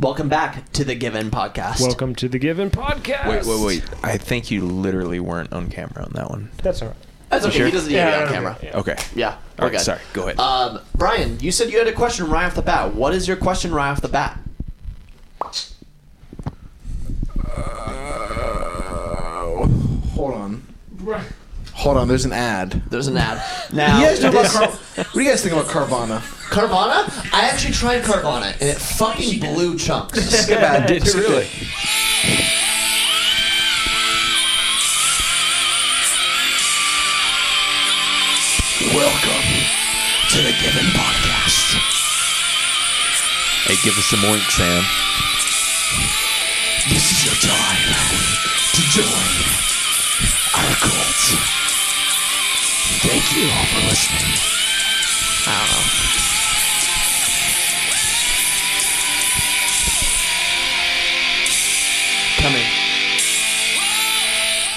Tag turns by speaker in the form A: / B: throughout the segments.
A: Welcome back to the Given Podcast.
B: Welcome to the Given Podcast.
C: Wait, wait, wait. I think you literally weren't on camera on that one.
B: That's all right.
A: That's okay. He doesn't need to be on camera.
C: Okay.
A: Yeah,
C: All
A: we're
C: right,
A: good.
C: sorry. Go ahead.
A: Um, Brian, you said you had a question right off the bat. What is your question right off the bat?
D: Hold on. Hold on, there's an ad.
A: There's an ad. Now,
D: You guys know about
A: this-
D: Car- what do you guys think about Carvana?
A: Carvana? I actually tried Carvana and it fucking blew chunks.
D: Skip ad.
C: Did you really?
A: Welcome to the Given Podcast.
C: Hey, give us some more, Sam.
A: This is your time to join our cult. Thank you all for listening. I don't know. Coming.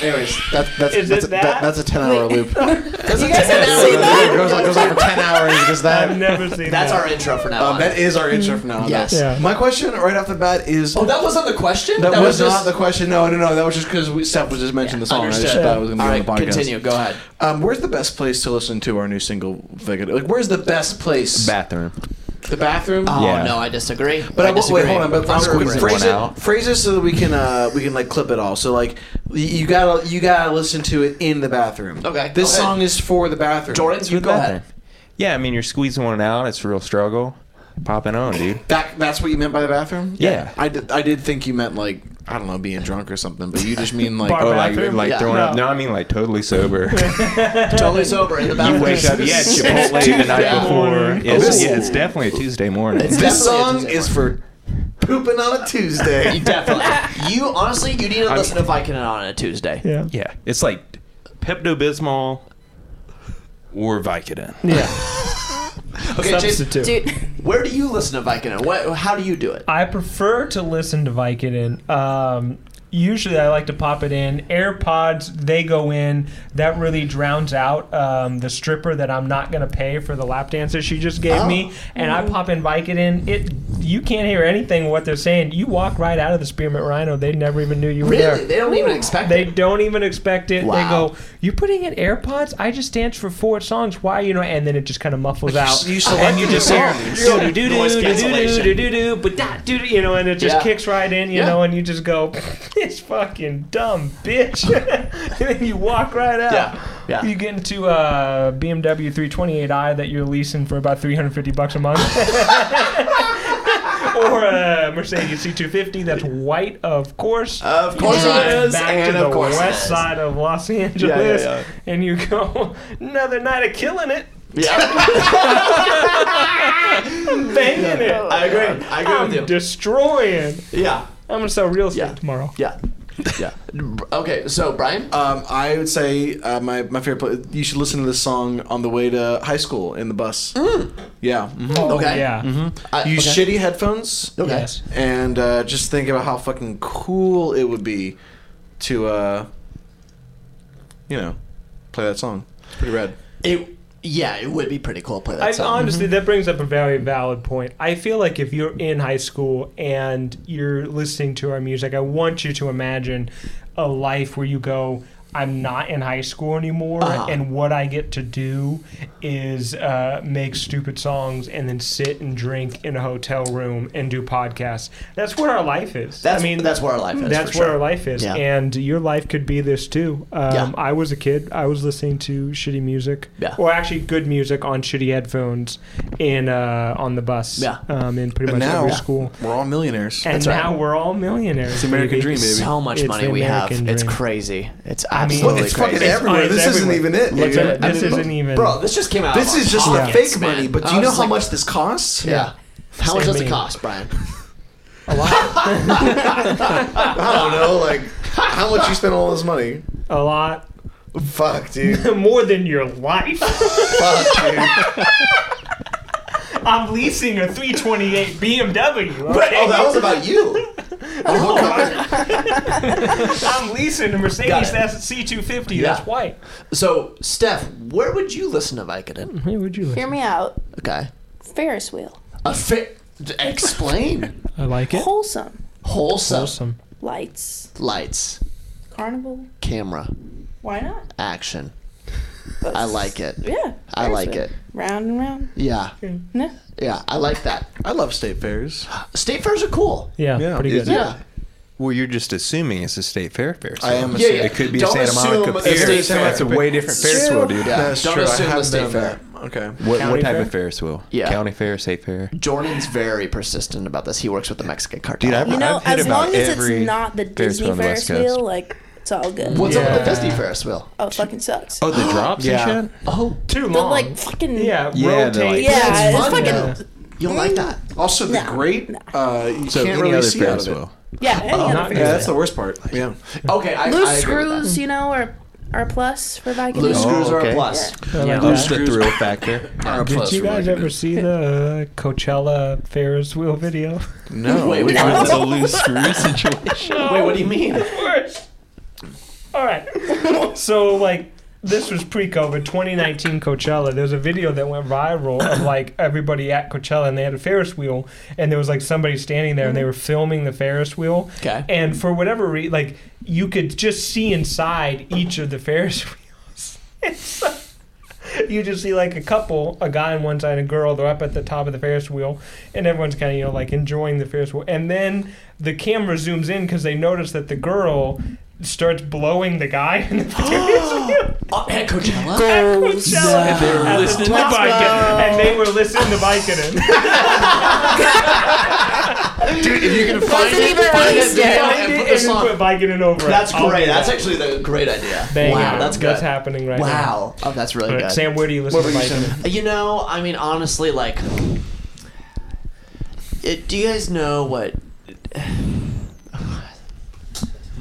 D: Anyways, that, that's
B: Is
D: that's,
B: it
D: a,
B: that?
D: that's a ten hour loop.
A: Oh, You guys have
D: It goes, on, goes on for ten hours. Just that.
B: I've never seen
A: That's
B: that.
A: our intro for now.
D: Um,
A: on.
D: that is our intro for now. on.
A: Yes.
B: Yeah.
D: My question right off the bat is.
A: Oh, that wasn't the question.
D: that, was,
A: just-
D: not the question. No, no, no. That was just because Steph was just mentioning the song. I just
A: Understood.
D: thought it was going to
A: All
D: be
A: right,
D: on the podcast.
A: continue. Go ahead.
D: Um, where's the best place to listen to our new single? Figure? Like, where's the best place?
C: Bathroom.
D: the bathroom.
A: Oh
C: Yeah.
A: no, I disagree.
D: But
A: I
D: I will,
A: disagree.
D: wait, hold on. But
A: I'm
D: I'm
A: squeezing
D: quick, phrase
C: one
D: it,
C: out.
D: phrase it so that we can uh, we can like clip it all. So like y- you gotta you gotta listen to it in the bathroom.
A: Okay,
D: This
A: go ahead.
D: song is for the bathroom.
A: Jordan, you go ahead.
C: Yeah, I mean, you're squeezing one out. It's a real struggle. Popping on, dude.
D: That that's what you meant by the bathroom.
C: Yeah.
D: I did. I did think you meant like I don't know being drunk or something. But you just mean like
B: Bar
C: Oh,
D: oh,
C: like,
B: Bathroom?
C: like
A: Yeah.
C: throwing up.
B: No.
C: No, I mean, like, totally sober.
A: Totally sober in the
C: you
A: bathroom.
C: wake up, yeah, it's Chipotle the night before.
B: morning.
C: It's,
D: Ooh.
C: yeah, it's definitely a Tuesday morning.
A: It's Definitely a
D: this song
A: Tuesday
D: is for pooping on a Tuesday.
A: Definitely. You honestly, you need to listen to Viking on a Tuesday.
B: Yeah.
C: yeah, it's like Pepto Bismol or Vicodin.
B: Yeah.
A: Okay, Jason,
B: Substitute.
E: Dude,
A: where do you listen to Viking? What? How do you do it?
B: I prefer to listen to Vicodin. Um, usually, I like to pop it in. AirPods, they go in. That really drowns out um, the stripper that I'm not going to pay for the lap dancer she just gave me.
A: Oh.
B: And I pop in Vicodin. It you can't hear anything what they're saying. You walk right out of the Spearmint Rhino. They never even knew you were there.
A: Really? They don't even expect
B: They
A: it.
B: don't even expect it.
A: Wow.
B: They go, "You're putting in AirPods? I just danced for four songs. Why, you know?" And then it just kind of muffles out.
D: you
B: and you
D: selected
B: just
D: your
B: hear
D: songs.
B: do do do
A: Noise
B: do do
A: cancellation.
B: do do do, but that do you know, and it just
A: Yeah.
B: kicks right in, you
A: Yeah.
B: know, and you just go, "This fucking dumb bitch," and then you walk right out.
A: Yeah, yeah.
B: You get into a BMW 328i that you're leasing for about 350 bucks a month. Or a Mercedes C250 that's white, of course.
A: Of course
B: you
A: it
B: drive
A: is,
B: Back
A: and
B: to
A: of
B: the
A: course it
B: west
A: is.
B: side of Los Angeles,
A: yeah.
B: and you go another night of killing it,
A: Yeah,
B: banging it.
A: I agree. I agree
B: I'm
A: with you.
B: destroying.
A: yeah,
B: I'm gonna sell real estate
A: Yeah.
B: tomorrow.
A: yeah, yeah. Okay, so Brian,
D: Um, I would say uh, my my favorite. Play, you should listen to this song on the way to high school in the bus. Yeah. mhm.
B: Oh,
A: Okay.
B: Yeah.
A: I-
D: Use
A: Mm. okay.
D: shitty headphones.
A: Okay.
B: Yes.
D: and uh, just think about how fucking cool it would be to, uh, you know, play that song. It's pretty rad.
A: It, yeah, it would be pretty cool to play that
B: I,
A: song.
B: honestly, that brings up a very valid point. I feel like if you're in high school and you're listening to our music, I want you to imagine a life where you go, I'm not in high school anymore,
A: Uh-huh.
B: and what I get to do is uh, make stupid songs and then sit and drink in a hotel room and do podcasts. That's what our life is.
A: That's,
B: I mean,
A: that's where our life is.
B: That's
A: for
B: what
A: sure.
B: our life is,
A: Yeah.
B: and your life could be this too. Um,
A: Yeah.
B: I was a kid. I was listening to shitty music,
A: Yeah.
B: or actually good music on shitty headphones in uh, on the bus.
A: Yeah.
B: um, in pretty
D: And
B: much
D: now-
B: every
D: Yeah.
B: school.
D: We're all millionaires.
B: And
A: That's right.
B: now we're all millionaires. It's
D: American
B: baby.
D: dream, baby.
A: So much
B: It's
A: money
B: the
A: we have.
B: American
A: It's
B: dream.
A: crazy. It's
B: I mean,
A: absolutely
D: it's
A: crazy.
D: fucking everywhere.
B: it's
D: this
B: everywhere.
D: isn't even it.
B: Look
D: dude.
B: at it.
A: I
B: This
A: mean,
B: isn't even.
A: Bro, this just came out.
D: This
A: of
D: is
A: our
D: just the
A: pockets,
D: fake
A: man.
D: money. But do
A: I
D: you know
A: was
D: how
A: like,
D: much this costs?
A: Yeah. How much
B: Same
A: does it
B: here.
A: cost, Brian?
D: I don't know. Like how much you spend all this money?
B: a lot
D: Fuck, dude.
B: more than your life.
D: Fuck, dude.
B: I'm leasing a 328 BMW. okay?
D: Oh, that was about you. Oh,
B: I'm leasing a
A: Got it.
B: Mercedes that's C250.
A: Yeah.
B: That's white.
A: So, Steph, where would you listen to Vicodin?
B: Hey, would you?
E: hear me out.
A: Okay.
E: Ferris wheel.
A: A fa- D- Explain.
B: I like it.
E: Wholesome.
A: Wholesome.
B: Awesome.
E: Lights.
A: Lights.
E: Carnival.
A: Camera.
E: Why not?
A: Action.
E: That's-
A: I like it.
E: Yeah.
A: I like
E: seriously.
A: it.
E: Round and round.
A: Yeah.
E: No.
A: Yeah. I like that. Uh,
D: I love state fairs.
A: State fairs are cool.
B: Yeah,
D: Yeah.
B: pretty good.
A: Yeah.
F: Well, you're just assuming it's a state fair fair. so
A: I am
F: It
A: assuming-
F: could be
A: Don't
F: a Santa Monica
A: assume a
F: fair.
A: state fair.
F: That's a way different Ferris wheel, dude.
A: Yeah.
D: That's
A: Don't
D: true.
A: assume
D: I
A: the
D: have
A: state
D: done
A: fair.
D: that. Okay.
F: What, what
B: County
F: type
B: fair?
F: of Ferris wheel?
A: Yeah.
F: County fair, state fair.
A: Jordan's very persistent about this. He works with the Mexican cartel.
F: Dude, I've-
E: You know,
F: I've hit
E: as
F: about
E: long as
F: every
E: it's not the
F: Ferris
E: Disney
F: wheel on the
E: Ferris
F: West Coast.
E: wheel, like it's all good.
A: What's up with the
B: Yeah.
A: Disney Ferris wheel?
E: Oh, it fucking sucks.
F: Oh, the drops
D: Yeah.
F: and shit.
A: Oh,
B: Too
E: They're
B: long.
E: like fucking
B: yeah,
F: Yeah, they're
B: rotate.
F: like-
E: Yeah, it's
A: fun,
E: fucking
A: though. You don't like that?
D: Also, the
E: No.
D: great. Uh, you
F: So
D: can't
F: any
D: really
F: other
D: see out
F: Ferris
D: of it.
F: wheel.
E: yeah. Any
B: not
E: other Ferris
D: Yeah,
B: good.
E: wheel.
D: that's the worst part. yeah.
A: Okay, I,
E: Loose
A: I agree with
E: screws, you know, are are a plus for
A: that.
E: Viking.
A: Loose
F: Oh,
A: screws are a
F: okay.
A: plus.
B: I like
F: Lose
B: that.
F: the thrill factor.
A: Are a
B: Did
A: plus
B: you
A: for
B: guys
A: Viking.
B: ever see the uh, Coachella Ferris wheel video?
D: No.
A: Wait, wait,
F: It's a
A: wait,
F: loose screw situation.
A: what do you mean?
B: All right. so like this was pre-COVID, 2019 Coachella. There's a video that went viral of like everybody at Coachella, and they had a Ferris wheel, and there was like somebody standing there, and they were filming the Ferris wheel.
A: Okay.
B: And for whatever reason, like you could just see inside each of the Ferris wheels. It's like- you just see like a couple, a guy on one side and a girl, they're up at the top of the Ferris wheel, and everyone's kind of you know like enjoying the Ferris wheel, and then the camera zooms in because they notice that the girl starts blowing the guy in the Ferris wheel.
A: Oh, at Coachella?
B: Coachella
A: If they were
B: at the
A: listening
B: top.
A: to
B: Vicodin, and they were listening to Vicodin.
A: Dude, if you can find
E: Wasn't
A: it,
E: even
A: find it,
E: released
A: do it,
E: yet.
B: Find
A: and
B: it
A: put
B: and
A: the
B: then put
A: song.
B: Vicodin over it.
A: That's
B: I'll
A: great.
B: do
A: That's
B: that.
A: actually the great idea.
B: Bang
A: wow,
B: on.
A: that's good.
B: That's happening right now.
A: wow. Oh, that's really
B: All right,
A: good.
B: Sam, where do you listen to Vicodin?
A: You know, I mean, honestly, like, it, do you guys know what?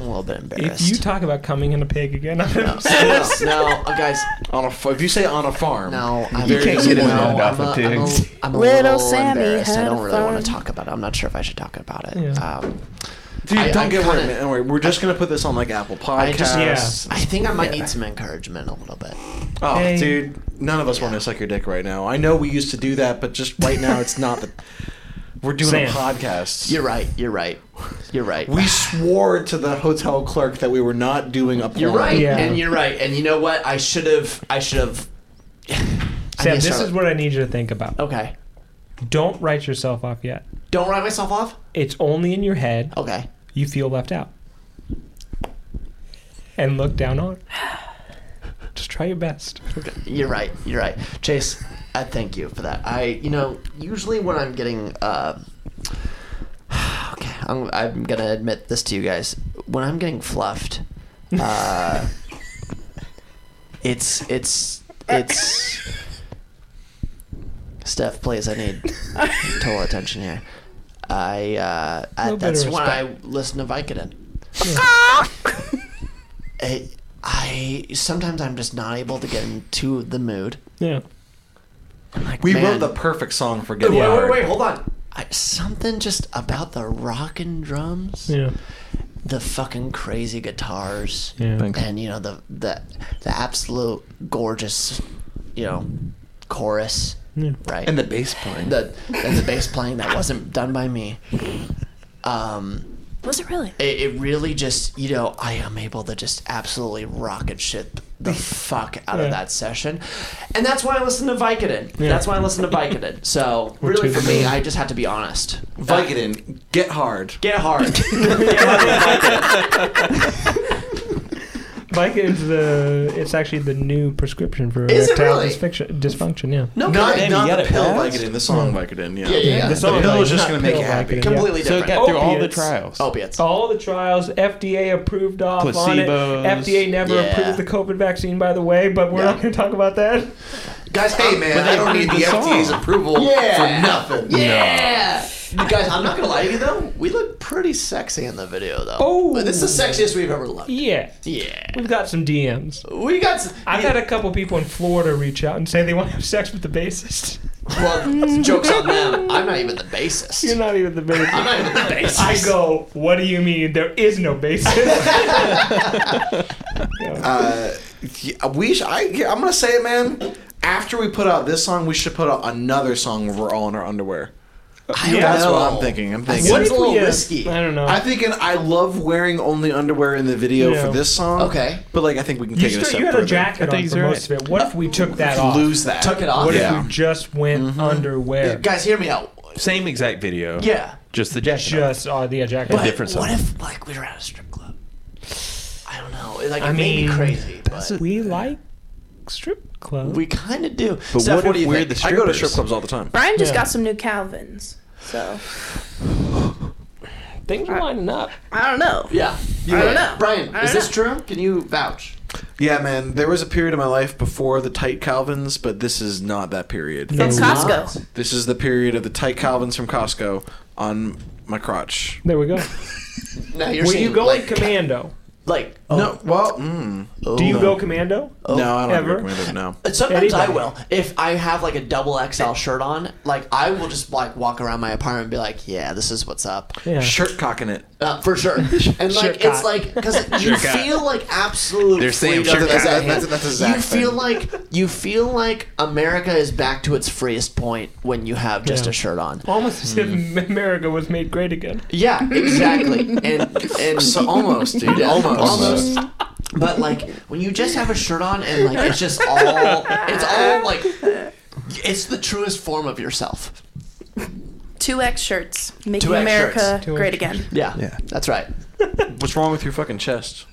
A: I'm a little bit embarrassed.
B: If you talk about coming in a pig again, I'm
A: no, no, no, oh, guys,
D: On a, f- if you say on a farm,
A: no. I'm
F: You can't get
A: no,
F: him out of
A: I'm a,
F: the
A: I'm a-
F: pigs.
A: I'm a
E: Little
A: little
E: Sammy
A: embarrassed. I
E: had
A: don't
E: a
A: really want to
E: farm.
A: talk about it. I'm not sure if I should talk about it.
B: Yeah.
A: Um,
D: dude,
A: I-
D: don't
A: I
D: get
A: kinda-
D: worried. man. Don't worry. We're just gonna put this on like Apple
A: I just-
D: Podcasts.
A: I think I might need some encouragement a little bit.
D: Oh,
B: Hey.
D: dude, none of us want to suck your dick right now. I know we used to do that, but just right now, it's not. The, we're doing
B: Sam.
D: a podcast.
A: You're right. You're right. You're right.
D: we swore to the hotel clerk that we were not doing a.
A: You're
D: porn.
A: right,
B: Yeah.
A: and you're right, and you know what? I should have. I should have. I
B: Sam,
A: need to
B: this
A: start-
B: is what I need you to think about.
A: Okay.
B: Don't write yourself off yet.
A: Don't write myself off.
B: It's only in your head.
A: Okay.
B: You feel left out. And look down on. Just try your best.
A: You're right. You're right, Chase. I thank you for that. I, you know, usually when I'm getting, uh, okay, I'm, I'm gonna admit this to you guys. When I'm getting fluffed, uh, it's it's it's. Steph, please, I need total attention here. I, uh, I
B: Little bit of
A: that's when I listen to Vicodin. I, I sometimes I'm just not able to get into the mood.
B: Yeah.
A: I'm like,
D: We
A: man,
D: wrote the perfect song for getting.
A: Wait, wait,
D: hard.
A: wait, hold on. I, something just about the rockin' drums,
B: Yeah.
A: the fucking crazy guitars,
B: Yeah.
A: and you know the the the absolute gorgeous, you know, chorus,
B: Yeah.
A: right?
D: And the bass playing.
A: the and the bass playing that wasn't done by me. Um,
E: Was it really?
A: it, it really just you know I am able to just absolutely rocket shit the fuck out
B: Yeah.
A: of that session, and that's why I listen to Vicodin. That's why I listen to Vicodin. So really
B: too
A: for me,
B: familiar.
A: I just have to be honest.
D: Vicodin, get hard.
A: Get hard.
B: Vicodin's the. It's actually the new prescription for
A: Is it
B: erectile
A: really?
B: dysfunction- dysfunction. Yeah.
A: no,
D: Not,
A: kidding.
D: not the pill
F: passed?
D: Vicodin, the song Vicodin. Yeah.
A: Yeah, yeah, yeah.
B: The
D: The
B: song
D: pill
B: Vicodin,
D: is
B: not
D: just gonna make
B: pill
D: you happy.
B: Vicodin,
A: completely
F: So it
A: different.
F: got through all the
B: Opiates.
F: trials.
A: Opiates.
B: all the trials FDA approved off on it.
F: Placebos.
B: FDA never
A: Yeah.
B: approved the COVID vaccine, by the way, but we're
A: Yeah.
B: not going to talk about that.
A: Guys,
D: Hey
A: I'm-
D: man, I don't need the
F: the song.
D: FDA's approval
A: Yeah.
D: for nothing.
A: Yeah. You guys, I'm not gonna lie to you though. We look pretty sexy in the video though.
B: Oh.
A: this is the sexiest we've ever looked.
B: Yeah,
A: Yeah.
B: we've got some DMs.
A: We got. s-
B: I've had a couple people in Florida reach out and say they want to have sex with the bassist.
A: well, jokes on them. I'm not even the bassist.
B: You're not even the
A: I'm
B: bassist.
A: not even the bassist.
B: I go, what do you mean? There is no bassist.
D: Uh, yeah, we sh- I, yeah, I'm gonna say it, man. After we put out this song, we should put out another song where we're all in our underwear.
A: I don't
D: That's
A: know.
D: what I'm thinking. I'm thinking.
A: What
B: if
A: a little
B: we, uh,
A: risky.
B: I don't know.
D: I'm thinking. I love wearing only underwear in the video
B: Yeah.
D: for this song.
A: Okay.
D: but like I think we can
B: you,
D: take it a
B: still-
D: step
B: you had
D: further.
B: a jacket
F: think
B: on
F: he's
B: for
F: right.
B: most of it. What if we took that off?
D: Lose that.
A: Took it off.
B: What
D: Yeah.
B: if we just went
A: Mm-hmm.
B: under where?
A: Guys, hear me out.
C: Same exact video.
A: Yeah.
C: Just the jacket.
B: Just uh, the jacket.
A: But
B: on.
C: different
A: what
C: song.
A: if like we were at a strip club? I don't know. It, Like
B: I
A: it may be
B: mean,
A: crazy, but
B: we like strip clubs.
A: we kind of do.
F: But
A: Steph,
F: what,
A: what do
F: if
A: you
F: we're
A: think?
F: the
D: I
F: strippers?
D: go to strip clubs all the time.
E: Brian just
B: Yeah.
E: got some new Calvins, so
B: Things are lining up.
E: I don't know.
A: yeah. You
E: I don't
A: right.
E: know.
A: Brian,
E: I
A: is
E: don't
A: this true? Can you vouch?
D: Yeah, man. There was a period of my life before the tight Calvins, but this is not that period.
B: No.
E: From
B: It's
E: Costco.
D: This is the period of the tight Calvins from Costco on my crotch.
B: There we go.
A: Now you're
B: Were
A: saying
B: you going
A: like,
B: commando?
A: like oh.
D: No, well, mm,
B: Do you go commando?
D: no, I don't
B: Oh. Ever?
D: recommend it. No.
A: But Sometimes I
B: Anybody.
A: will. If I have like a double XL shirt on, like I will just like walk around my apartment and be like, "Yeah, this is what's up."
B: Yeah.
D: Shirt cocking it.
A: Uh, for sure. And
B: Sure
A: like it's
B: cock.
A: like because you
F: cock.
A: feel like absolute
F: They're saying sure
A: freedom is
F: cock.
A: at
D: That's-
A: hand.
D: that's a Zach
A: You feel
D: thing.
A: like you feel like America is back to its freest point when you have just
B: Yeah.
A: a shirt on.
B: Almost as if America was made great again.
A: Yeah, exactly. and and
D: So almost, dude.
A: Yeah,
D: almost.
A: almost. But like when you just have a shirt on and like it's just all it's all like it's the truest form of yourself.
E: Two X shirts, making
A: 2X
E: America
A: shirts.
E: great again.
A: Yeah,
F: Yeah.
A: that's right.
D: What's wrong with your fucking chest?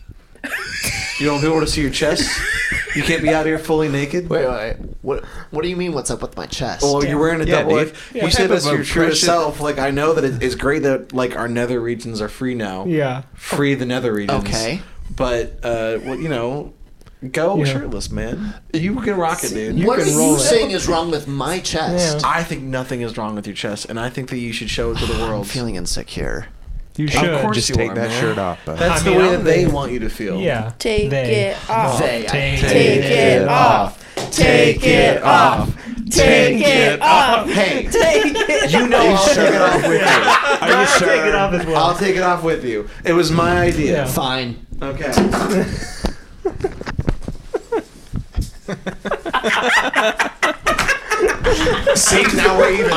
D: You don't want people to see your chest? You can't be out here fully naked?
A: Wait, wait, wait. What What do you mean? What's up with my chest?
D: Well, you're wearing a
F: Yeah,
D: double.
F: dude.
D: If
B: Yeah.
D: you said
F: Type
D: that's
F: of
D: your true
F: oppression.
D: self, like I know that it- it's great that like our nether regions are free now.
B: Yeah.
D: Free the nether regions.
A: Okay.
D: But uh, well, you know, go
B: Yeah.
D: shirtless, man. You can rock it, dude.
A: what are
B: can
A: you
B: roll it.
A: saying is wrong with my chest?
B: Yeah.
D: I think nothing is wrong with your chest, and I think that you should show it to the
A: I'm
D: world.
A: feeling insecure.
B: You
D: Of
B: should.
D: course
F: Just
D: you
F: take
D: are,
F: that
D: man.
F: shirt off, bud.
D: That's
B: I
D: the
B: mean,
D: way
B: I'm
D: that they
B: the-
D: want you to feel.
B: yeah.
E: Take
B: They-
E: it off.
A: They, I-
B: Take
E: Take it off. Take it off. Take it off.
D: Hey,
E: Take it
D: you know I'll take it off with you. Are you
B: I'll
D: sure?
B: take it off as well.
D: I'll take it off with you. It was my idea.
B: Yeah.
A: Fine.
D: Okay. See, now we're even.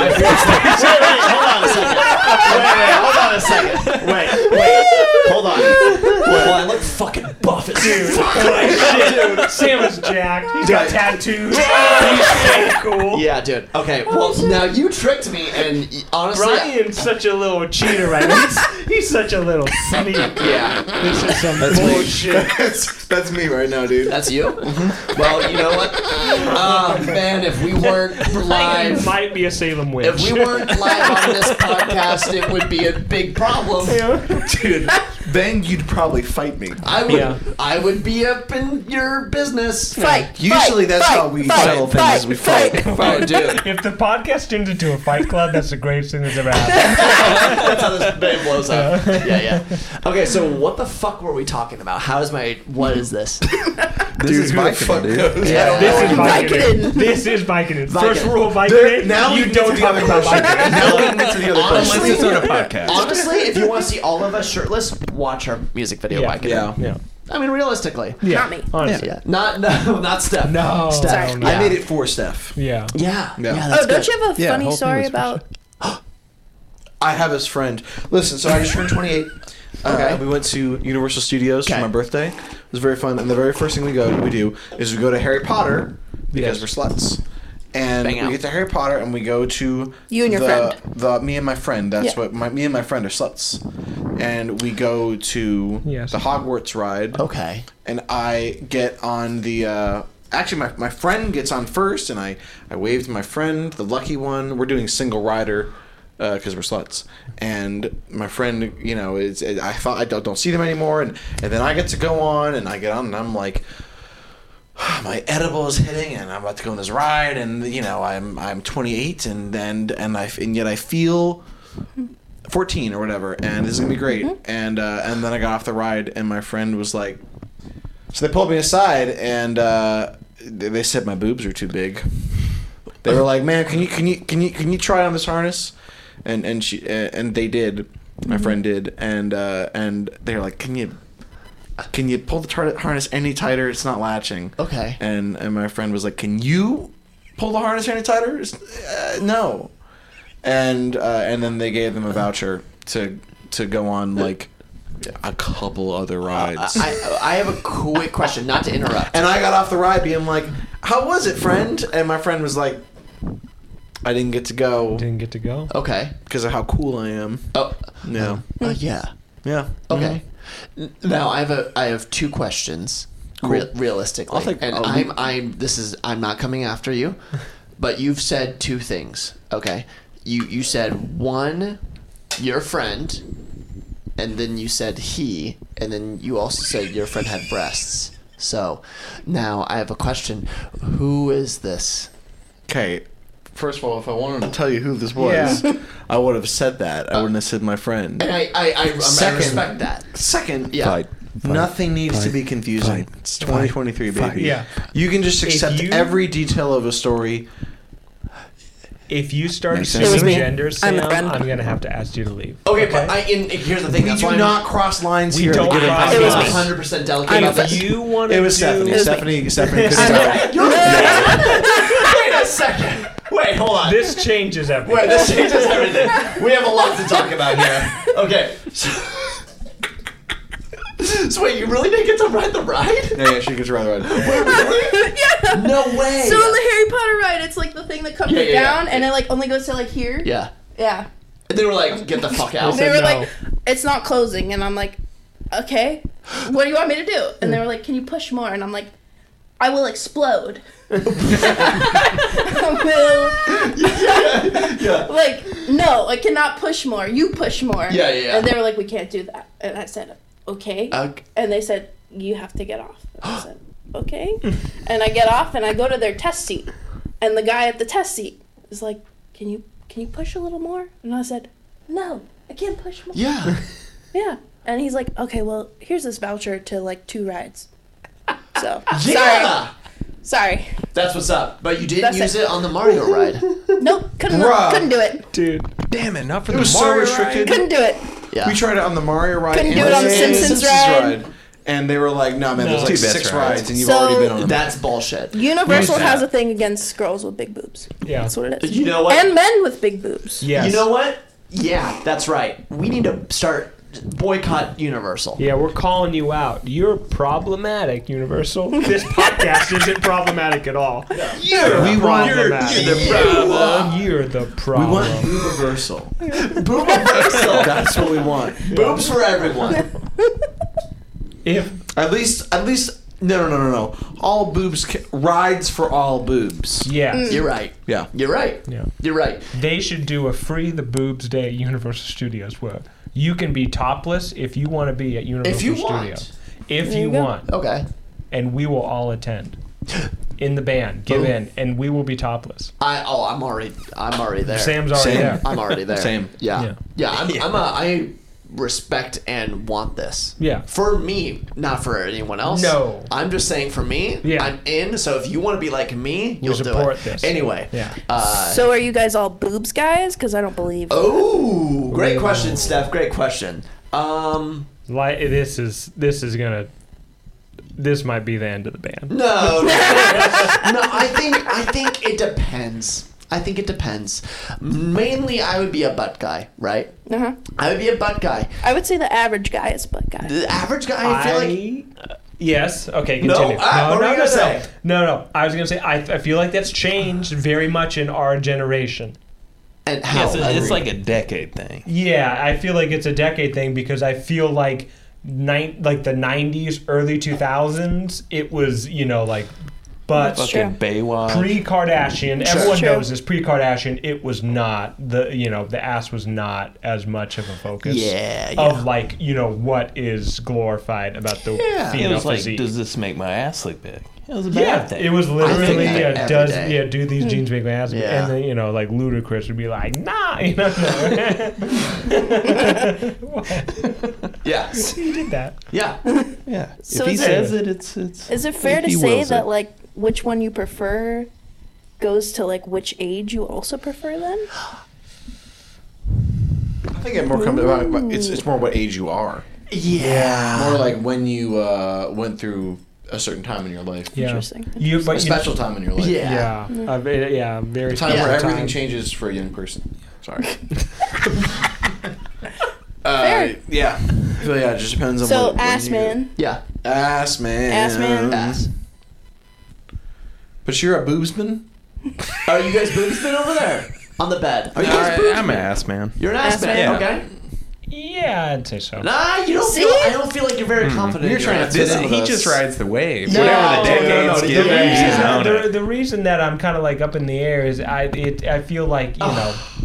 A: hold on a second. Wait, wait, hold on a second. Wait, wait, hold on. Well, I look fucking buff as
B: Dude, Sam is jacked. He's got
A: Dude.
B: tattoos. He's so cool.
A: Yeah, dude. Okay, well, now you tricked me, and y- honestly.
B: Brian's such a little cheater right now. He's, he's such a little sneak.
A: Yeah,
B: This is some bullshit.
D: that's, that's me right now, dude.
A: that's you? Well, you know what? Oh, man, if we weren't
B: Brian
A: live.
B: might be a Salem witch.
A: If we weren't live on this podcast, it would be a big problem.
D: Dude, then you'd probably fight me.
A: I would,
B: Yeah.
A: I would be up in your business.
E: Fight.
D: Usually
E: fight,
D: that's
E: fight,
D: how we
E: fight,
D: settle things
E: fight,
D: is we fight.
A: Oh, dude,
B: If the podcast turned into a fight club, that's the greatest thing that's ever happened.
A: that's how this thing blows up. Yeah, yeah. Okay, so what the fuck were we talking about? How is my? What is this?
F: This is my dude.
A: Yeah,
B: This is
E: Vicodin.
B: Vicodin. This is Vicodin. First
A: Vicodin.
B: rule of Vicodin.
D: There- now
B: you
D: we
B: don't
D: need to
B: talk
D: have a
B: about
D: question.
B: Vicodin.
D: Now we get to the other
A: Honestly,
D: question.
F: Unless it's on a podcast.
A: Honestly, if you want to see all of us shirtless, watch our music video.
B: Yeah.
A: Yeah.
D: Yeah.
B: Yeah.
A: I mean, realistically.
B: yeah. Oh,
E: Not me. Oh,
B: Honestly.
A: Yeah. Not no, not Steph.
B: No.
A: Steph.
E: Sorry.
A: Yeah.
D: I made it for Steph.
B: Yeah.
A: Yeah. Yeah.
D: Yeah.
E: Oh,
A: that's
E: don't
A: good.
E: you have a
F: Yeah,
E: funny
F: whole thing
E: story
F: was
E: about?
D: I have his friend. Listen, so I just turned 28.
A: Okay.
D: Uh, we went to Universal Studios
A: Okay.
D: for my birthday. It was very fun. And the very first thing we go we do is we go to Harry Potter because
B: Yes.
D: we're sluts. And
A: Bang
D: we
A: out.
D: get to Harry Potter and we go to
E: You and your
D: the,
E: friend.
D: The me and my friend. That's
E: Yeah.
D: what my me and my friend are sluts. And we go to
B: Yes.
D: the Hogwarts ride
A: Okay.
D: and I get on the. Uh, actually, my, my friend gets on first, and I I wave to my friend, the lucky one. We're doing single rider because we're sluts, and my friend, you know, is I thought I don't, don't see them anymore, and and then I get to go on, and I get on, and I'm like. My edible is hitting, and I'm about to go on this ride, and you know I'm I'm 28, and then and I and yet I feel 14 or whatever, and this is gonna be great. And uh, and then I got off the ride, and my friend was like, so they pulled me aside and uh, they they said my boobs are too big. They were like, "Man, can you can you can you can you try on this harness?" And and she and they did. My friend did, and uh, and they're like, "Can you can you pull the tar- harness any tighter? It's not latching."
A: Okay.
D: And and my friend was like, "Can you pull the harness any tighter?" It's- Uh, no. and uh, and then they gave them a voucher to to go on like a couple other rides.
A: I, I have a quick question, not to interrupt.
D: and I got off the ride being like, "How was it, friend?" And my friend was like, "I didn't get to go
B: Didn't get to go.
A: Okay.
D: because of how cool I am."
A: Oh,
D: No.
A: uh, yeah.
D: Yeah.
A: Okay. N-
D: Mm-hmm.
A: Now I have a I have two questions. Re- realistically,
D: I'll take-
A: and
D: I'll-
A: I'm I'm this is I'm not coming after you, but you've said two things. Okay, you you said one, your friend, and then you said he, and then you also said your friend had breasts. So now I have a question: Who is this?
D: Okay. First of all, if I wanted Uh, to tell you who this was, I would have said that. I wouldn't have said my friend.
A: And I I I, I,
D: Second.
A: respect that.
D: Second,
A: Yeah.
F: Fight. Fight.
D: nothing needs to
F: Fight.
D: be confusing.
F: Fight.
D: It's 2023,
F: Fight.
D: baby.
B: Yeah.
D: You can just accept
B: you-
D: every detail of a story.
B: If you start
D: Makes sense. It
B: assuming
D: was me.
B: genders,
E: I'm
B: Sam,
E: the friend.
B: I'm gonna have to ask you to leave.
A: Okay, but I, and here's the thing.
D: We
A: that's why
D: do
A: I'm-
D: not cross lines
B: We
D: here.
B: don't
D: to give
B: cross
D: advice.
E: It was me.
A: I'm 100% delicate
E: I'm
A: about
E: the
A: this.
B: You want to
D: It was Stephanie.
B: do
D: Stephanie. Stephanie. Couldn't
E: I'm
D: stop.
E: the-
A: Wait a second. Wait, hold on.
B: this changes everything.
A: Wait, this changes everything. We have a lot to talk about here. Okay. So, so wait, you really didn't get to ride the ride?
D: Yeah, yeah, she gets rather. Right.
E: yeah.
A: No way.
E: So on the Harry Potter ride, it's like the thing that comes
A: Yeah, yeah, yeah.
E: down and it like only goes to like here.
A: yeah.
E: Yeah.
A: And they were like, get the fuck out.
E: They were
B: no.
E: like, it's not closing, and I'm like, okay, what do you want me to do? And they were like, can you push more? And I'm like, I will explode. I will- Like no, I cannot push more. You push more.
A: Yeah, yeah, yeah.
E: And they were like, we can't do that. And I said, okay.
A: Okay.
E: And they said, you have to get off. And I said, okay. and I get off and I go to their test seat, and the guy at the test seat is like, can you can you push a little more? And I said, no, I can't push more.
A: Yeah.
E: Yeah. And he's like, okay, well, here's this voucher to like two rides. So
A: Yeah.
E: sorry, sorry,
A: That's what's up. But you didn't
E: That's
A: use it.
E: it.
A: on the Mario ride.
E: nope, couldn't
D: Bruh.
E: couldn't do it,
B: dude. Damn it, not for
D: It was so restricted.
E: couldn't do it.
A: Yeah.
D: We tried it on the Mario ride.
E: Couldn't
D: and
E: do it on the Simpsons ride.
D: And they were like, "No, man, there's
B: No.
D: like
F: Two best
D: six
F: rides.
D: rides, and you've
E: So-
D: already been on them."
A: That's bullshit.
E: Universal
F: Who's
E: has
F: that?
E: a thing against girls with big boobs.
B: Yeah.
E: That's what it is.
A: You know what?
E: And men with big boobs.
B: Yes.
A: You know what? Yeah, that's right. We need to start boycott Universal.
B: Yeah, we're calling you out. You're problematic, Universal. this podcast isn't problematic at all. You're
D: We want- you're-
B: problematic.
D: you're the
A: Um,
D: problem.
B: You're the
D: We
B: problem.
D: want boob reversal.
A: Boobiversal.
D: That's what we want.
A: Boobs for everyone.
B: if
D: At least, at least, no, no, no, no, no. All boobs ca- rides for all boobs.
E: Mm.
B: yes,
A: You're right.
D: Yeah.
A: You're right.
B: Yeah.
A: You're right.
B: they should do a free the boobs day at Universal Studios where you can be topless if you want to be at Universal
A: If you
B: Studios.
A: want.
B: If
E: There
B: you,
E: you go.
B: want,
A: Okay.
B: and we will all attend. In the band, give
A: Boom.
B: in, and we will be topless.
A: I oh I'm already I'm already there.
B: Sam's already
D: Sam.
B: there.
A: I'm already there.
D: Same.
A: Yeah.
B: Yeah.
A: Yeah. I'm, I'm a I respect and want this.
B: Yeah.
A: For me, not for anyone else.
B: No.
A: I'm just saying for me.
B: Yeah.
A: I'm in. So if you want to be like me, you'll
B: support
A: do it.
B: this.
A: Anyway.
B: Yeah.
A: Uh,
E: So are you guys all boobs guys? Because I don't believe.
A: oh, great
B: Ooh.
A: question, Steph. Great question. Um.
B: Like this is this is gonna this might be the end of the band.
A: No, no, no. I think I think it depends. I think it depends. Mainly, I would be a butt guy, right?
E: Uh huh.
A: I would be a butt guy.
E: I would say the average guy is butt guy.
A: The average guy, I feel like.
B: I- yes. Okay.
A: No,
B: Continue.
A: I- what were you gonna say?
B: No, no. I was gonna say I, I feel like that's changed very much in our generation.
A: And how?
F: it's like a decade thing.
B: Yeah, I feel like it's a decade thing because I feel like nine like the '90s, early 2000s. It was you know like, but
E: That's
F: Fucking Baywatch.
B: pre Kardashian, everyone
E: True.
B: knows this. Pre Kardashian, it was not the you know the ass was not as much of a focus.
A: Yeah, yeah.
B: Of like you know what is glorified about the
A: Yeah.
F: it
B: female
F: was like,
B: physique.
F: does this make my ass look big? It was a bad
B: yeah, Hmm.
F: thing.
B: it was
A: that
B: literally yeah
A: every
B: does
A: day.
B: yeah do these jeans make my ass? big?
A: Yeah.
B: And then you know like Ludacris would be like nah, you know.
A: yeah,
B: he did that.
A: yeah.
F: yeah.
E: So
F: if he
E: is it-
F: says it, it's it's.
E: Is it fair to
F: He
E: say
F: wills
E: that
F: it.
E: like which one you prefer goes to like which age you also prefer then?
D: I think it more comes about it's it's more what age you are,
A: Yeah.
D: more like when you uh, went through a certain time in your life,
B: Yeah.
E: Interesting.
B: You but
D: a
B: you-
D: special time in your life,
A: Yeah.
B: Yeah, yeah, very
D: time
B: special
D: where everything
B: time.
D: changes for a young person. Sorry. uh,
E: Fair.
D: yeah. So yeah, it just depends on
E: So,
D: what, when
E: ass
D: you-
E: man.
A: Yeah.
D: Ass man.
E: Ass man.
A: Ass.
D: But you're a boobsman.
A: Are you guys boobsman over there? On the bed. Are you guys
C: I,
A: boobsman?
C: I'm an ass man.
A: You're an ass,
E: Ass
A: man,
E: man.
A: okay?
B: Yeah, I'd say so.
A: Nah, you don't feel. I don't feel like you're very confident.
D: You're
A: in
D: trying
A: your
D: to
A: ass.
D: fit in with
C: he
D: us.
C: just rides the wave.
B: No,
C: Whatever the
B: no, no,
A: no,
C: decades
A: the
C: give him,
A: decades-
C: he's
B: Yeah,
C: on
B: the,
C: it.
B: the reason that I'm kind of like up in the air is I it I feel like you know Oh,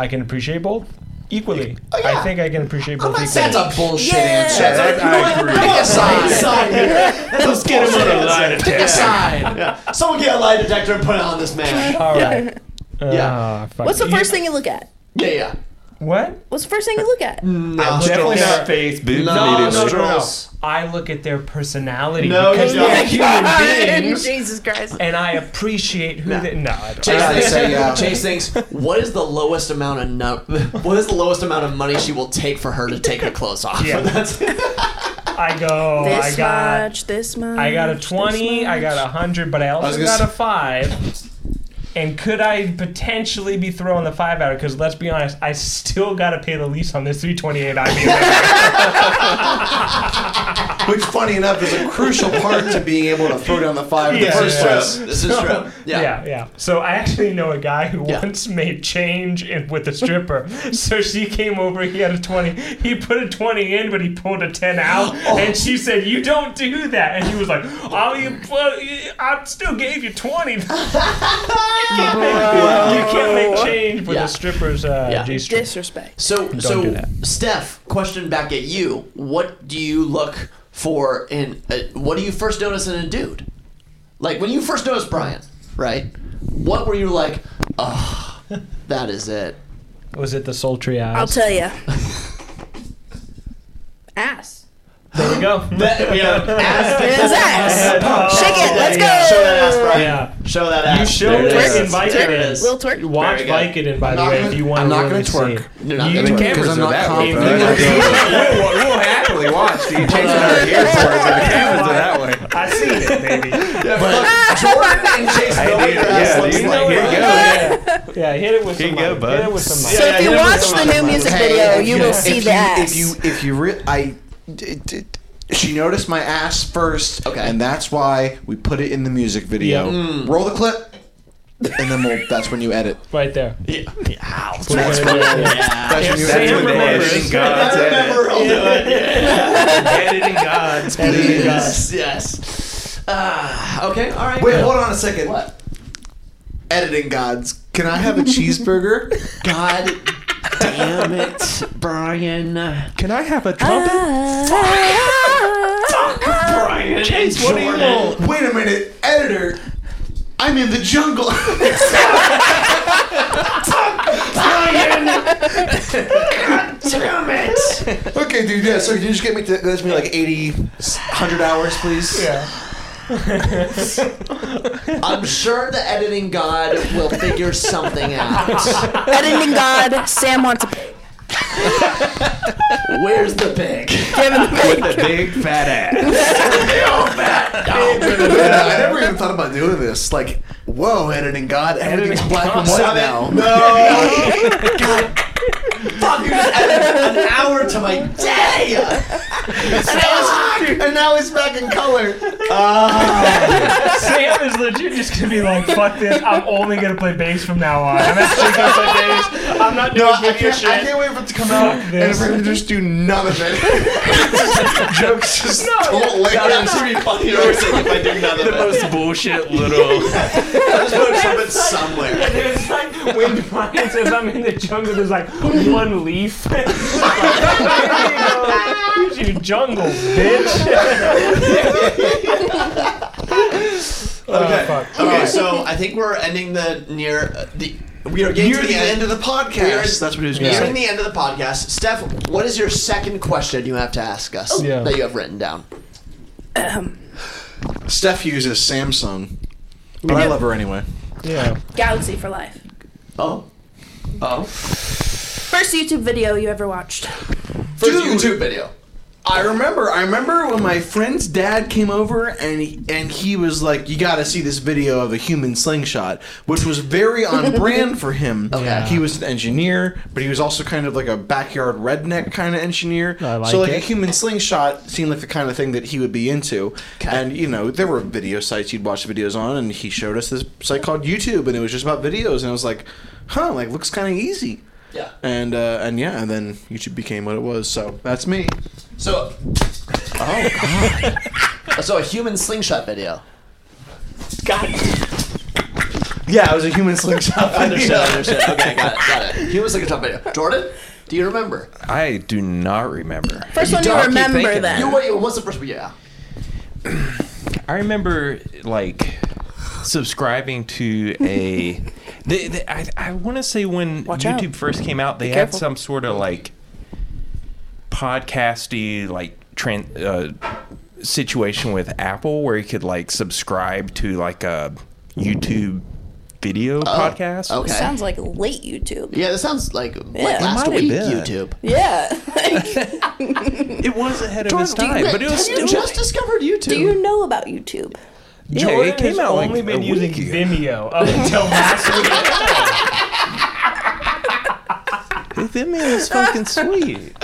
B: I can appreciate both equally.
A: yeah.
B: I think I can appreciate
A: I'm
B: both
A: not saying
B: equally.
A: that's a bullshit
E: Yeah.
A: answer.
E: Yeah,
A: That's
C: that- I
A: like, you know
C: agree.
A: what? Pick a side. side here. That's Let's
C: get him on a lie
A: Pick
C: detector.
A: a side. Someone get a lie detector and put it on this man.
B: All right.
A: Yeah.
B: Ah, fuck.
E: What's the
B: You-
E: first thing you look at?
A: Yeah, yeah.
B: What?
E: What's the first thing you look at?
A: No,
C: Definitely not face boobs
A: No,
C: immediately.
A: no, Nostrils.
B: I look at their personality
A: No,
B: because
A: you don't.
B: they're human Oh, beings,
E: Jesus Christ.
B: and I appreciate who they. No, I don't.
A: Chase
D: Yeah, they
A: thinks,
D: say, yeah.
A: Chase thinks, what is the lowest amount of no- what is the lowest amount of money she will take for her to take her clothes off?
B: Yeah.
A: That's-
B: I go.
E: This
B: I got.
E: much, this much.
B: I got a
E: this
B: 20, I got
E: much.
B: a 100, but I
D: was
B: also
D: gonna
B: got a
D: s-
B: 5. And could I potentially be throwing the 5 out? Because let's be honest, I still got to pay the lease on this 328 IBM.
D: Which, funny enough, is a crucial part to being able to throw down the five in the
B: Yeah,
D: first
B: yeah.
D: place.
A: this is true. Yeah.
B: yeah, yeah. So I actually know a guy who
A: Yeah.
B: once made change in, with a stripper. so she came over, he had a 20. He put a 20 in, but he pulled a 10 out. And she said, You don't do that. And he was like, Oh, you, well, you- I still gave you 20. you can't make change with
A: Yeah.
B: a stripper's uh,
A: Yeah.
B: G-string.
E: Disrespect.
A: So so
B: do that.
A: Steph, question back at you. What do you look for in uh, what do you first notice in a dude? Like when you first noticed Brian, right? What were you like, oh, that is it.
B: Was it the sultry
E: I'll
B: eyes?
E: tell you. Ass.
B: there we go.
A: That, you know, ass,
E: It is ass. Shake it. Let's
A: Show that ass,
E: go.
A: Brian.
B: yeah.
A: Show that ass.
B: You show
A: There
B: it
A: is.
B: in Vicodin.
A: There it is.
E: Little twerk.
B: Watch
A: Very good.
B: Vicodin, by the
D: not
B: way,
D: gonna-
B: if you want
D: I'm
B: to
D: not
B: really
D: gonna twerk.
B: see it.
A: You're not
B: You
A: gonna
B: twerk.
A: twerk.
D: Cameras
C: Cameras
D: are
C: are
D: not
C: that way.
D: confident.
C: we'll, we'll happily watch the takes out of here for us if the cameras are that way.
B: I see it, baby.
A: But Jordan and Chase know what your ass
C: yeah,
A: looks
C: dude.
A: like.
C: Here you go.
B: Yeah. yeah, hit it with
C: Here
B: some
C: you go,
B: mic.
C: bud.
B: Hit it with some mic.
E: So if you
A: yeah,
E: watch the new music video,
D: if
E: you will see
D: if
E: the
D: you,
E: ass.
D: If you if you re- I d- d- d- she noticed my ass first,
A: Okay.
D: and that's why we put it in the music video.
B: Yeah.
E: Mm.
D: Roll the clip, and then we'll, that's when you edit.
B: Right there.
A: Ow.
B: That's what
D: That's when you
B: Sam
D: edit.
C: the
B: remembers.
C: editing gods
A: I
C: edit.
A: remember all doing it.
C: Editing gods, please.
A: Yes, yes. Ah, okay, all right.
D: Wait,
A: good.
D: hold on a second.
A: What?
D: Editing gods, can I have a cheeseburger?
A: God damn it, Brian.
C: Can I have a trumpet?
A: Brian. Chase, what do you want?
D: Oh, Wait a minute, editor. I'm in the jungle.
A: Damn it.
D: okay, dude. Yeah. So can you just get me to that's me like 80, 100 hours, please?
B: Yeah.
A: I'm sure the editing god will figure something out.
E: Editing God, Sam wants a pig.
A: Where's the pig?
E: Give him the pig.
C: With a big fat ass.
D: Yeah, I never even thought about doing this. Like, whoa, editing God, everything's black and white now.
A: No. Fuck, you just added an hour to my day.
D: and now it's back in color.
B: Sam is legit just gonna be like, fuck this. I'm only gonna play bass from now on. I'm actually gonna play bass. I'm not doing
D: No, I
B: video
D: can't, I
B: shit.
D: can't wait for it to come out
B: Fuck
D: and
B: this.
D: for him to just do none of it. Jokes just don't land.
A: gonna be funny or something if I do none of
C: the most bullshit little.
A: Let's put a trumpet somewhere.
B: It's like when Brian says I'm in the jungle, there's like one leaf. It's like, Here's your jungle, bitch. Oh, fuck.
A: Okay, so I think we're ending the near uh, the. We are getting
D: Near
A: to
D: the end of the podcast. That's what he was going to
A: Nearing
D: say.
A: the end of the podcast, Steph, what is your second question you have to ask us
B: Yeah.
A: that you have written down?
D: Steph uses Samsung, but I love her anyway.
B: Yeah.
E: Galaxy for life.
A: Oh, oh,
E: First YouTube video you ever watched.
A: first YouTube video.
D: I remember. I remember when my friend's dad came over and he, and he was like, "You got to see this video of a human slingshot," which was very on brand for him.
A: Okay.
D: He was an engineer, but he was also kind of like a backyard redneck kind of engineer.
B: I like
D: so like a
B: it.
D: human slingshot seemed like the kind of thing that he would be into. And you know, there were video sites you'd watch the videos on, and he showed us this site called YouTube, and it was just about videos, and I was like, "Huh, like looks kind of easy."
A: Yeah.
D: And uh, and yeah, and then YouTube became what it was. So that's me.
A: So. Oh God. so a human slingshot video.
D: Yeah, it was a human slingshot.
A: I understand. I understand. Okay, got it. Got it. Human slingshot video. Jordan, do you remember?
C: I do not remember.
E: First one
A: don't
E: to
A: keep
E: remember
C: thinking
E: then.
A: You wait. What's the first? Yeah.
C: I remember like subscribing to a. they, they, I, I want to say when
E: Watch out.
C: YouTube first came out, they had
E: careful.
C: some sort of like podcasty like tran uh, situation with Apple where you could like subscribe to like a YouTube video podcast.
A: Okay.
E: Sounds like late YouTube.
A: yeah, this sounds like
E: Yeah.
A: like last
C: It might
A: week
C: have been.
A: YouTube.
E: Yeah. Like,
C: It was ahead of its
E: do you
C: time, but it was
A: Have you
C: still
A: just discovered YouTube?
E: do you know about YouTube?
C: yeah,
B: Jordan
C: it came
B: has
C: out like
B: only been
C: a
B: using
C: week ago.
B: Vimeo up until last week.
F: Vimeo is fucking sweet.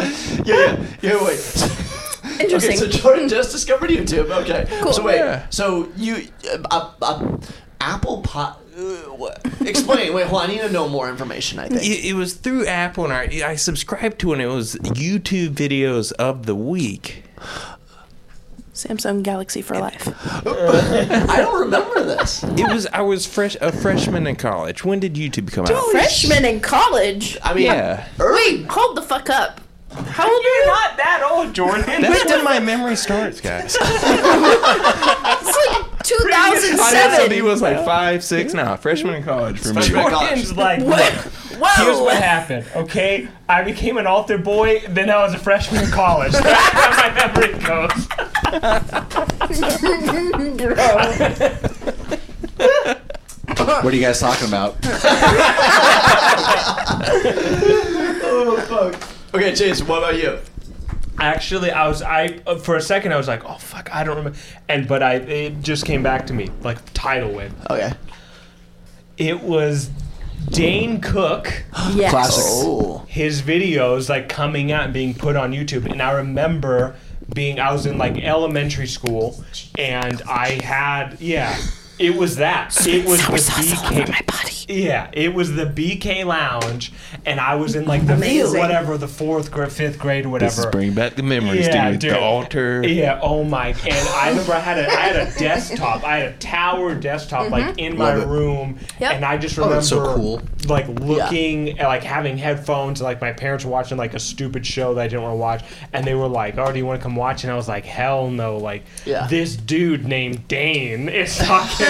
A: yeah, yeah, yeah. Wait. Okay,
E: Interesting.
A: so Jordan just discovered YouTube. Okay.
E: Cool.
A: So wait.
C: Yeah.
A: So you, uh, uh, uh, Apple Pot. Uh, what? Explain. wait, hold on. I need to know more information. I think.
C: It, it was through Apple, and I, I subscribed to it. and It was YouTube videos of the week.
E: Samsung Galaxy for life.
A: I don't remember this.
C: It was I was fresh a freshman in college. When did YouTube come out?
E: Freshman in college.
A: I mean,
C: Yeah.
A: early.
E: Hold the fuck up. How old are
B: You're
E: you?
B: not that old, Jordan.
C: That's when my memory starts, guys.
E: It's like
C: I thought somebody
E: 2007.
C: was like five, six. Nah, freshman in college for me.
A: Freshman-
B: Jordan's like,
E: What?
B: look,
E: Whoa.
B: here's what happened, okay? I became an altar boy, then I was a freshman in college. That's how my memory goes.
D: What are you guys talking about?
A: Oh fuck. Okay, Chase. What about you?
B: Actually, I was I uh, for a second I was like, oh fuck, I don't remember. And but I it just came back to me like tidal wave.
A: Okay.
B: It was Dane Cook,
E: Yes.
A: Oh.
B: his videos like coming out and being put on YouTube, and I remember being I was in like elementary school, and I had yeah, it was that it was the BK,
E: body.
B: Yeah, it was the BK Lounge, and I was in like the
E: Amazing.
B: whatever the fourth grade, fifth grade, whatever.
F: This is bringing back the memories,
B: Yeah,
F: dude.
B: dude.
F: The altar.
B: Yeah. Oh my. And I remember I had a I had a desktop. I had a tower desktop like in my
D: Love it.
B: room,
E: Mm-hmm. Yep.
B: and I just
D: Oh,
B: remember
D: that's so cool.
B: like looking at, like having headphones. Like my parents were watching like a stupid show that I didn't want to watch, and they were like, "Oh, do you want to come watch?" And I was like, "Hell no!" Like
A: Yeah.
B: this dude named Dane is talking.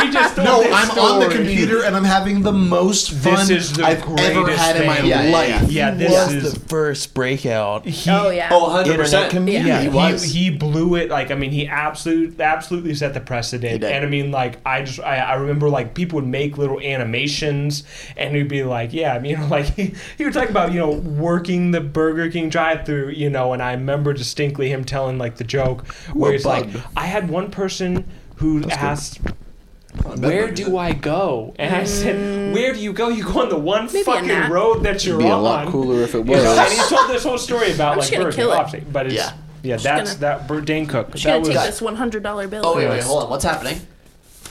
B: he just told
D: No,
B: this
D: I'm on the
B: story.
D: computer and I'm having the most fun
B: This is the
D: I've ever
B: greatest
D: had in my
B: thing.
A: Yeah, yeah,
D: life.
A: yeah.
B: Yeah, this
F: was
B: is
F: the first breakout.
B: he,
E: Oh yeah.
A: Oh, 100
F: Internet
A: percent.
F: comedian.
A: Yeah,
B: he,
A: he was.
B: he blew it like i mean he absolutely absolutely set the precedent
A: did.
B: and i mean like i just I, I remember like people would make little animations and he'd be like yeah i mean you know, like he, he would talk about you know working the burger king drive through you know and i remember distinctly him telling like the joke where he's like i had one person who asked where do I go? And I said, Where do you go? You go on the one
E: Mm. a
B: fucking
E: nap.
B: road that you're
D: It'd be
B: on.
D: a lot cooler if it
B: You know, and
D: was.
B: he told this whole story about
E: I'm
B: like
E: just gonna
B: Burger King,
E: kill it.
B: obviously, but it's
A: Yeah.
B: yeah, that's that that Dane Cook.
E: She's
B: that
E: gonna
B: was
E: take this one hundred dollar bill.
A: Oh wait, wait, hold on. What's happening?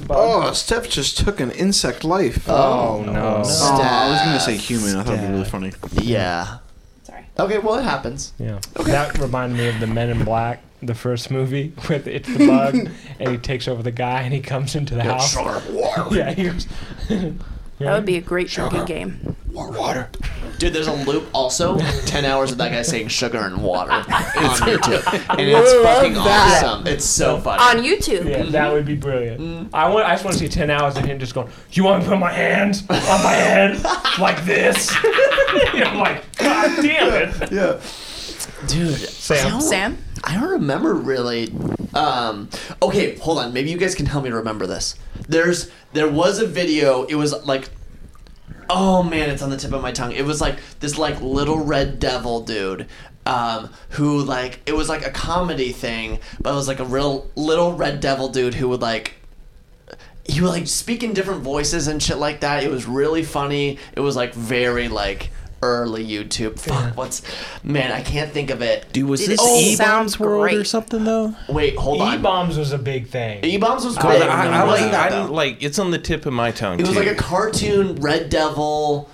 D: Oh, Steph just took an insect life. Oh,
B: no.
D: Aw, I was gonna say human. I thought it'd be really funny.
A: Yeah.
E: Sorry.
A: Okay. Well, it happens.
B: Yeah, that reminded me of the Men in Black, the first movie with it's the bug, and he takes over the guy and he comes into the house.
A: Sugar, water,
B: Yeah, he goes,
E: That would be a great drinking game.
A: water, water. Dude, there's a loop also. Ten hours of that guy saying sugar and water on YouTube, and it's
E: Love
A: fucking
E: that.
A: awesome. It's so funny.
E: On YouTube.
B: yeah, that would be brilliant.
E: Mm-hmm.
B: I want, I just want to see ten hours of him just going, "You want to put my hands on my head like this?" and I'm like, "God damn it,
D: Yeah.
A: Dude,
B: Sam."
E: Sam?
A: I don't remember really. Um, okay, hold on. Maybe you guys can help me remember this. There's there was a video. It was like oh man, it's on the tip of my tongue. It was like this like little red devil dude. Um, who like it was like a comedy thing, but it was like a real little red devil dude who would like he would like speak in different voices and shit like that. It was really funny. It was like very like early YouTube. Fuck, what's man? I can't think of it.
C: Dude, was
G: Dude,
C: this
G: this
C: E
G: sounds
C: Bombs World or
G: great.
C: something though?
A: Wait, hold
B: E
A: on.
B: bombs was a big thing.
A: E bombs was
C: I,
A: great.
C: I,
A: It
C: like,
A: wasn't
C: I
A: that,
C: didn't
A: though.
C: like. It's on the tip of my tongue.
A: It was
C: too.
A: like a cartoon Red Devil.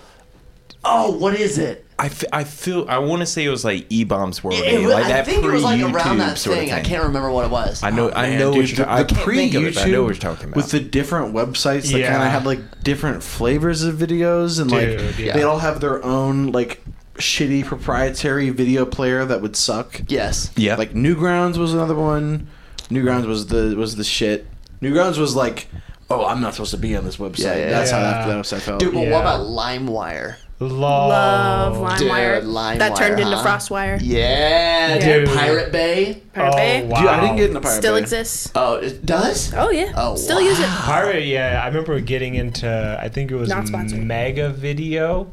A: Oh, what is it?
C: I, f- I feel I want to say it was like E Bombs World,
A: It-
C: eh?
A: it-
C: like
A: I
C: that
A: think it was like
C: pre-YouTube
A: around that
C: sort
A: thing.
C: of
A: I
C: thing.
A: can't Oh, remember what it was.
C: I know. I
D: Man,
C: know.
D: dude,
C: what you're,
D: the-
C: I
D: the
C: can't think of it. but I know what you're talking about.
D: With the different websites that
B: Yeah.
D: kind of had like different flavors of videos, and
B: Dude,
D: like
B: yeah.
D: they all have their own like shitty proprietary video player that would suck.
A: Yes.
C: yeah,
D: Like Newgrounds was another one. Newgrounds was the was the shit. Newgrounds was like, oh, I'm not supposed to be on this website.
A: Yeah, yeah,
D: That's
B: yeah.
D: how that, that website
C: Oh,
D: felt.
A: Dude, but what
B: Yeah.
A: about LimeWire?
B: Love.
G: Love LimeWire.
A: Dude, LimeWire,
G: that turned into
A: huh?
G: Frostwire.
A: Yeah,
B: Dude.
A: dude. Pirate Bay.
G: Pirate Bay.
B: Oh, wow.
D: Dude, I didn't get in the pirate.
G: Still
D: Bay.
G: exists.
A: Oh, it does?
E: Oh yeah.
A: Oh,
G: Still use it.
B: Pirate, yeah, I remember getting into I think it was
G: Not sponsored.
B: Mega Video.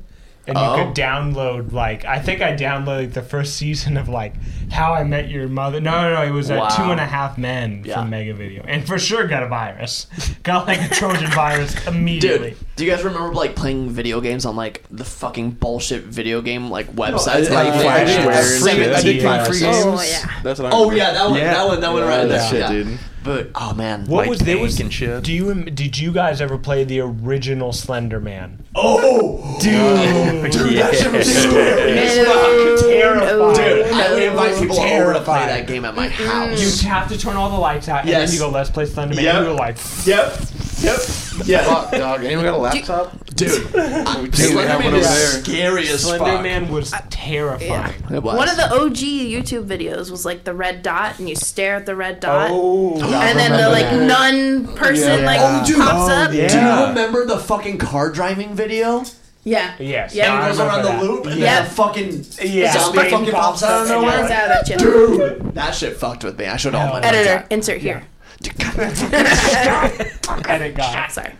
B: And you
A: Oh.
B: could download like I think I downloaded the first season of like How I Met Your Mother. No, no, no, it was uh,
A: Wow.
B: Two and a Half Men
A: Yeah.
B: from Mega Video, and for sure got a virus, got like a Trojan virus immediately.
A: Dude, do you guys remember like playing video games on like the fucking bullshit video game like websites?
D: I-
A: like
D: I-
A: that?
D: I did- I
B: Flashwares.
D: free- I did
B: Yeah.
D: play free games.
G: Oh, yeah.
D: That's what I
A: Oh
D: remember.
A: yeah, that one,
C: Yeah.
A: that one, that one right
D: Yeah,
A: there.
D: that shit,
A: yeah.
D: dude.
A: But oh man,
B: What was there
C: Tank
B: was
C: and shit.
B: Do you did you guys ever play the original Slender Man?
A: Oh, dude, dude, that shit was scary as
G: No.
A: fuck.
B: Terrifying.
A: Dude, I would invite people over to play
B: Terrified.
A: that game at my house.
B: You have to turn all the lights out, and
A: Yes.
B: then you go, "Let's play Slender Man."
A: Yep.
B: And you're like,
A: yep, yep, yeah.
D: Fuck, dog. Anyone got a laptop?
A: Dude,
D: Dude, we have
A: Slenderman
D: one over
A: is
D: there.
A: scary as
B: "Slender
A: fuck.
B: Man was terrifying."
A: It was.
G: One of the OG YouTube videos was like the red dot, and you stare at the red dot,
B: Oh,
G: and then the
D: remember
G: like
D: that.
G: nun person
B: Yeah.
G: like
B: Oh,
D: dude.
G: pops up.
D: yeah.
A: Do you
B: Yeah.
A: remember the fucking car driving video?
G: Yeah.
B: yes.
G: Yeah.
B: I
A: It goes around
B: remember
A: the
B: that.
A: loop and
G: Yeah.
A: then the fucking
B: Yeah.
A: zombie
B: Brain
A: fucking
B: pops
A: pops out of
B: up and
A: nowhere.
G: Runs out at you.
A: Dude, that shit fucked with me. I
B: Oh
A: showed all my friends
G: Editor,
A: that.
G: insert here.
B: And it got.
G: Sorry.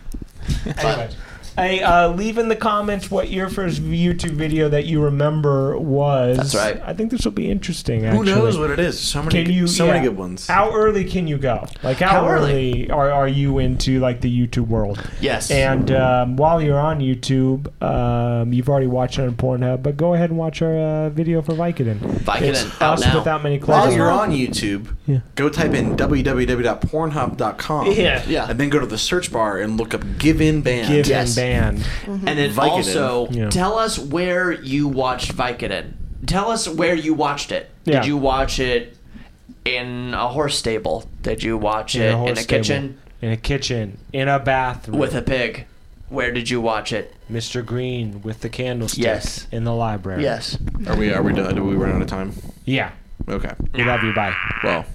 B: Anyways. Hey, uh, leave in the comments what your first YouTube video that you remember was.
A: That's right.
B: I think this will be interesting.
D: Who
B: Actually.
D: knows what it is? So many,
B: Can you?
D: so many
B: yeah.
D: good ones.
B: How early can you go? Like how,
A: How early?
B: early are, are you into like the YouTube world?
A: Yes.
B: And um, while you're on YouTube, um, you've already watched it on Pornhub, but go ahead and watch our uh, video for Vicodin.
A: Vicodin,
B: It's
A: out
B: us
A: now.
B: without many clothes.
D: While you're on YouTube, go type in www.pornhub.com.
B: Yeah.
A: Yeah.
D: And then go to the search bar and look up Give In Band.
B: Give
A: Yes.
B: and ban.
A: And then
D: Vicodin.
A: also
B: Yeah.
A: tell us where you watched Vicodin. Tell us where you watched it.
B: Yeah.
A: Did you watch it in a horse stable? Did you watch
B: In
A: it
B: a horse
A: in a
B: stable.
A: kitchen
B: In a kitchen, in a bathroom,
A: with a pig? Where did you watch it?
B: Mr. Green with the candlestick
A: Yes.
B: in the library.
A: Yes.
D: Are we? Are we done? Did we run out of time?
B: Yeah.
D: Okay.
B: We love you. Bye.
D: Well.